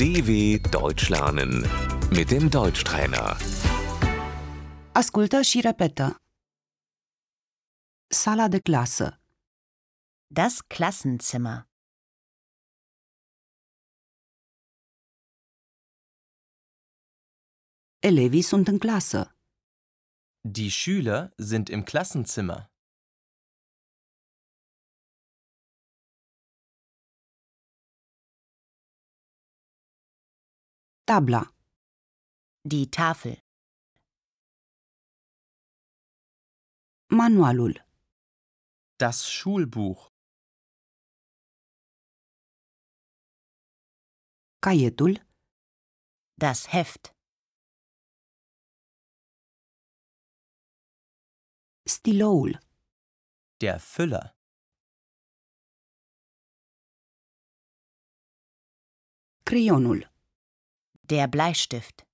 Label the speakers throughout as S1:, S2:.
S1: DW Deutsch lernen mit dem Deutschtrainer.
S2: Ascultă și repetă. Sala de clasă,
S3: Das Klassenzimmer.
S2: elevii sunt în clasă,
S4: Die Schüler sind im Klassenzimmer.
S2: tabla,
S3: Die Tafel.
S2: manualul,
S4: Das Schulbuch.
S2: caietul,
S3: Das Heft.
S2: stiloul,
S4: Der Füller.
S2: creionul,
S3: Der Bleistift.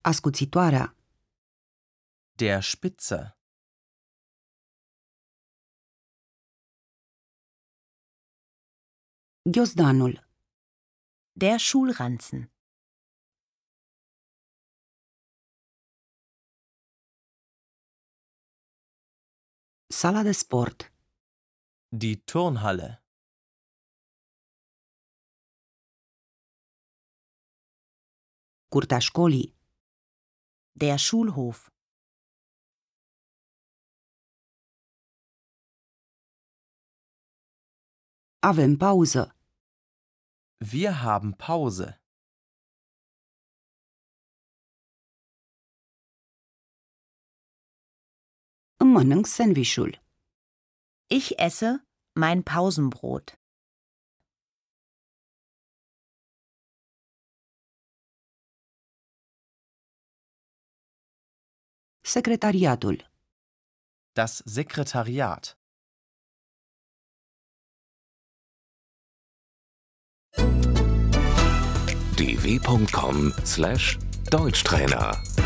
S2: ascuțitoarea,
S4: Der Spitzer.
S2: ghiozdanul,
S3: Der Schulranzen.
S2: sala de sport,
S4: Die Turnhalle.
S2: curtea școlii,
S3: Der Schulhof.
S2: avem pauză,
S4: Wir haben Pause.
S2: îmi mănânc sandvișul,
S3: Ich esse mein Pausenbrot.
S2: secretariatul,
S4: Das Sekretariat.
S1: dw.com/deutschtrainer